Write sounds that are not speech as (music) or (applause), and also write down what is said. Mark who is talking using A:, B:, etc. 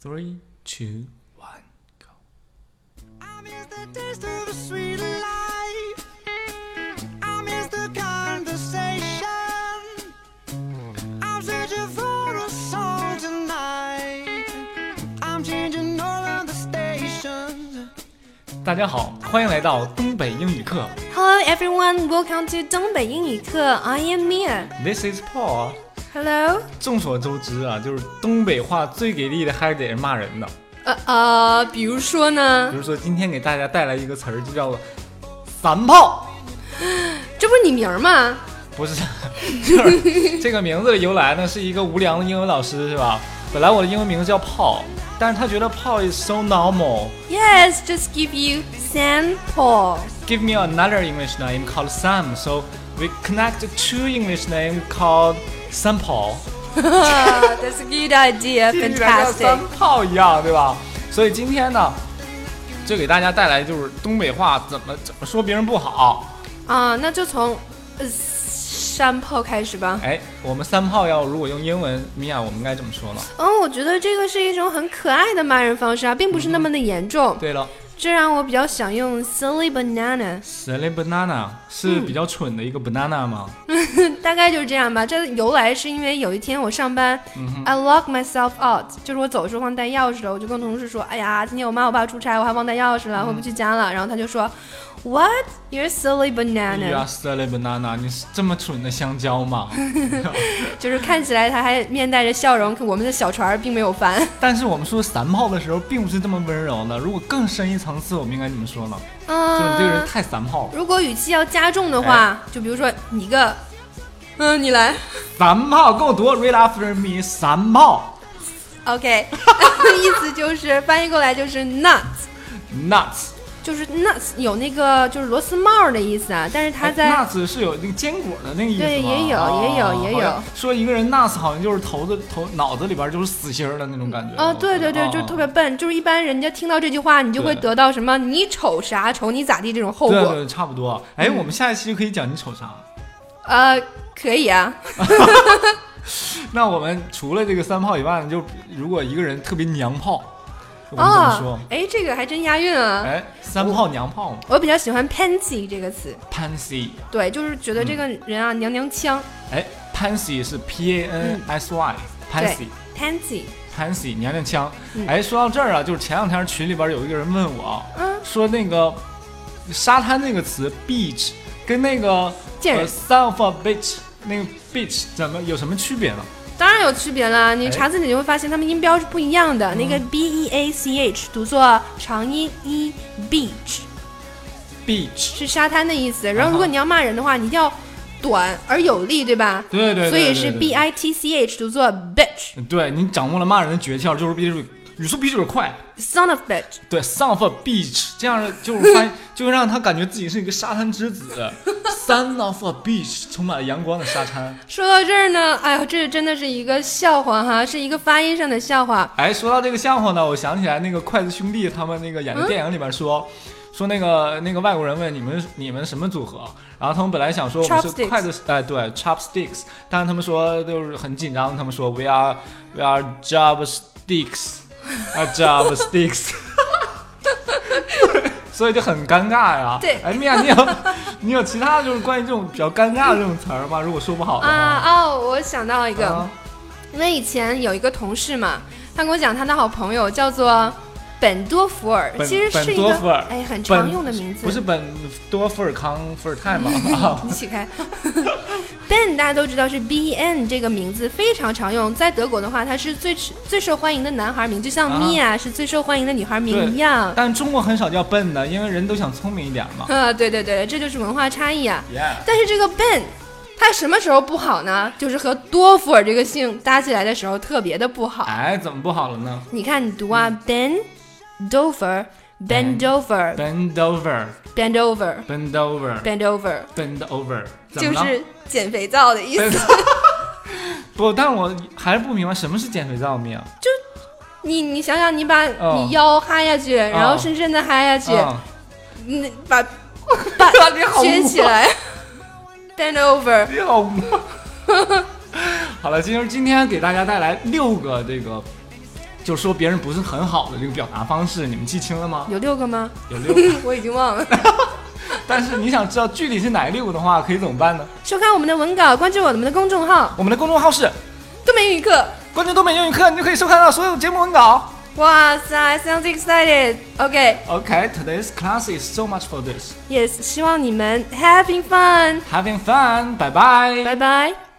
A: Three, two, one, go.
B: I miss the taste of the sweet life. I miss the conversation. I'm searching for a song tonight. I'm changing all of the stations.
A: 大家好，欢迎来到东北英语课。
C: Hello everyone, welcome to 东北英语课。I am Mia.
A: This is Paul。啊
C: Hello.
A: 众所周知啊，就是东北话最给力的还是得是骂人的。
C: 呃呃，比如说
A: 比
C: 呢，
A: 如说今天给大家带来一个词儿，就叫做“三炮
C: 这不是你名儿吗？”，
A: 不是， (laughs) 就是这个名字的由来呢，是一个无良的英文老师是吧？本来我的英文名字叫炮，但是他觉得炮 is so normal。
C: Yes, just give you (laughs) sample.
A: give me another English name called Sam. So we connect two English name called Sam Paul，
C: Ah, That's a good (laughs) idea.
A: 听起来像三
C: Fantastic.
A: 炮一样，对吧？所以今天呢，就给大家带来就是东北话怎么怎么说别人不好。
C: 啊、那就从呃山炮开始吧。
A: 哎，我们三炮要如果用英文，米娅我们该怎么说呢？
C: 嗯，我觉得这个是一种很可爱的骂人方式啊，并不是那么的严重。
A: 对了
C: 这让我比较想用 silly banana，
A: ，silly banana 是比较蠢的一个 banana 吗？
C: 大概就是这样吧。这由来是因为有一天我上班、i
A: 嗯
C: lock myself out，就是我走的时候忘带钥匙了，我就跟同事说，哎呀，今天我妈我爸出差，我还忘带钥匙
A: 嗯
C: 了，回不去家了。然后他就说，What? You're a silly
A: 你
C: banana，
A: 啊，silly banana，你是这么蠢的香蕉吗？
C: 就是看起来他还面带着笑容，可我们的小船儿并没有翻。
A: 但是我们说三炮的时候，并不是这么温柔的。如果更深一层次，我们应该怎么说呢？ (laughs) 就是你这个人哎
C: 嗯，
A: 太三炮了，
C: 如果语气要加重的话，就比如说你个，嗯，你来
A: 三炮够多，read after me，三炮
C: ，OK，意 (laughs) 思就是翻译过来就是 nuts。
A: nuts。
C: 就是 nuts 有那个就是螺丝帽儿的意思啊，但是它在、
A: 哎 nuts 是有那个坚果的那个意思吗
C: 对也有
A: 哦
C: 也有也有
A: 好像说一个人 nuts 好像就是头子头脑子里边就是死心儿的那种感觉。
C: 哦，对对对，
A: 哦
C: 就是特别笨，就是一般人家听到这句话，你就会
A: 对
C: 得到什么你瞅啥瞅你咋地这种后
A: 对
C: 果。
A: 对，差不多。哎，
C: 嗯
A: 我们下一期就可以讲你瞅啥。
C: 呃，可以啊，
A: 那我们除了这个三炮以外，就如果一个人特别娘炮，我们怎么说？
C: 哦，哎，这个还真押韵啊。
A: 哎，三炮娘炮
C: 我比较喜欢 pansy 这个词，
A: ，pansy。
C: 对，就是觉
A: 嗯
C: 得这个人啊、娘娘腔。
A: 哎，pansy 是 P A N S Y，pansy
C: 嗯对。pansy，
A: pansy 娘娘腔
C: 嗯。
A: 哎，说到这儿啊，就是前两天群里边有一个人问我，
C: 嗯，
A: 说那个沙滩那个词 beach 跟那个
C: 贱人
A: 呃 son of a bitch 那个 bitch 怎么有什么区别呢？
C: 当然有区别啦。你
A: 哎嗯
C: 查字典就会发现，它们音标是不一样的。那个 b e a c h 读作长音 e beach。
A: beach
C: 是沙滩的意
A: 啊
C: 思。然后如果你要骂人的话，你一定要短而有力，对吧？
A: 对对对对
C: 所以是
A: 对
C: b i t c h 读作 bitch
A: 对你掌握了骂人的诀窍，就是闭嘴，语速闭嘴快。
C: son of bitch。
A: 对，son of a bitch，这样就是
C: (laughs)
A: 发现，就会让他感觉自己是一个沙滩之子，son of a beach，充满了阳光的沙滩。
C: 说到这儿呢，哎呦，这真的是一个笑话哈，是一个发音上的笑话。
A: 哎，说到这个笑话呢，我想起来那个筷子兄弟他们那个
C: 嗯
A: 演的电影里边说，说那个那个外国人问你们你们什么组合，然后他们本来想说我们是
C: Chopsticks
A: 筷子，哎对，chopsticks，但是他们说就是很紧张，他们说 we are we are job
C: (laughs)
A: sticks，啊 job sticks，所以就很尴尬呀。
C: 对
A: 哎，米娅，你有你有其他就是关于这种比较尴尬的这种词儿吗？如果说不好的话，
C: 啊哦，我想到一个，
A: 啊
C: 因为以前有一个同事嘛，他跟我讲他的好朋友叫做本多福尔，
A: 本
C: 其实是
A: 本
C: 一
A: 多福
C: 个
A: 尔
C: 哎很
A: 本
C: 常用的名字，嗯
A: 不是本多富尔康伏尔泰吗？啊
C: 你起开。Ben 大家都知道是 B E N 这个名字非常常用，在德国的话，它是最最受欢迎的男孩名，就像
A: 啊
C: Mia 是最受欢迎的女孩
A: 对
C: 名一样。
A: (laughs) 但中国很少叫笨的，因为人都想聪明一点嘛。
C: 啊，对对对，这就是文化差异啊。
A: Yeah，
C: 但是这个 Ben，他什么时候不好呢？就是和多福尔这个姓搭起来的时候特别的不好。
A: 哎，怎么不好了呢
C: 你看，你读啊，Ben Dover。
A: 嗯 Ben
C: bend over,
A: ？Bend over,
C: bend over,
A: bend over,
C: bend over，
A: bend over，怎
C: 就
A: 么了？
C: 是减肥皂的意思。
A: 不，但我还是不明白什么是减肥皂蜜啊。
C: 你你想想，你把
A: 哦
C: 你腰哈下去，然后深深的哈下去，
A: 嗯
C: 你
A: (laughs)
C: 把把
A: 你好污啊
C: 卷起来 (laughs) ，bend over。
A: 你好 (laughs) 吗？好了，今儿今天给大家带来六个这个。就说别人不是很好的这个表达方式，你们记清了吗？
C: 有六个吗？
A: 有六个，
C: (laughs) 我已经忘了。
A: (laughs) 但是你想知道具体是哪六个的话，可以怎么办呢？
C: 收看我们的文稿，关注我们的公众号
A: 我们的公众号是
C: “东北英语课
A: “关注东北英语课”，你就可以收看到所有节目文稿。”。
C: 哇塞，sounds excited。OK，yes，、
A: OK，today's、class is so much for this.
C: 希望你们 having fun。
A: Having fun. Bye bye.
B: Oh,
C: 拜拜。
B: mm. oh, oh, oh,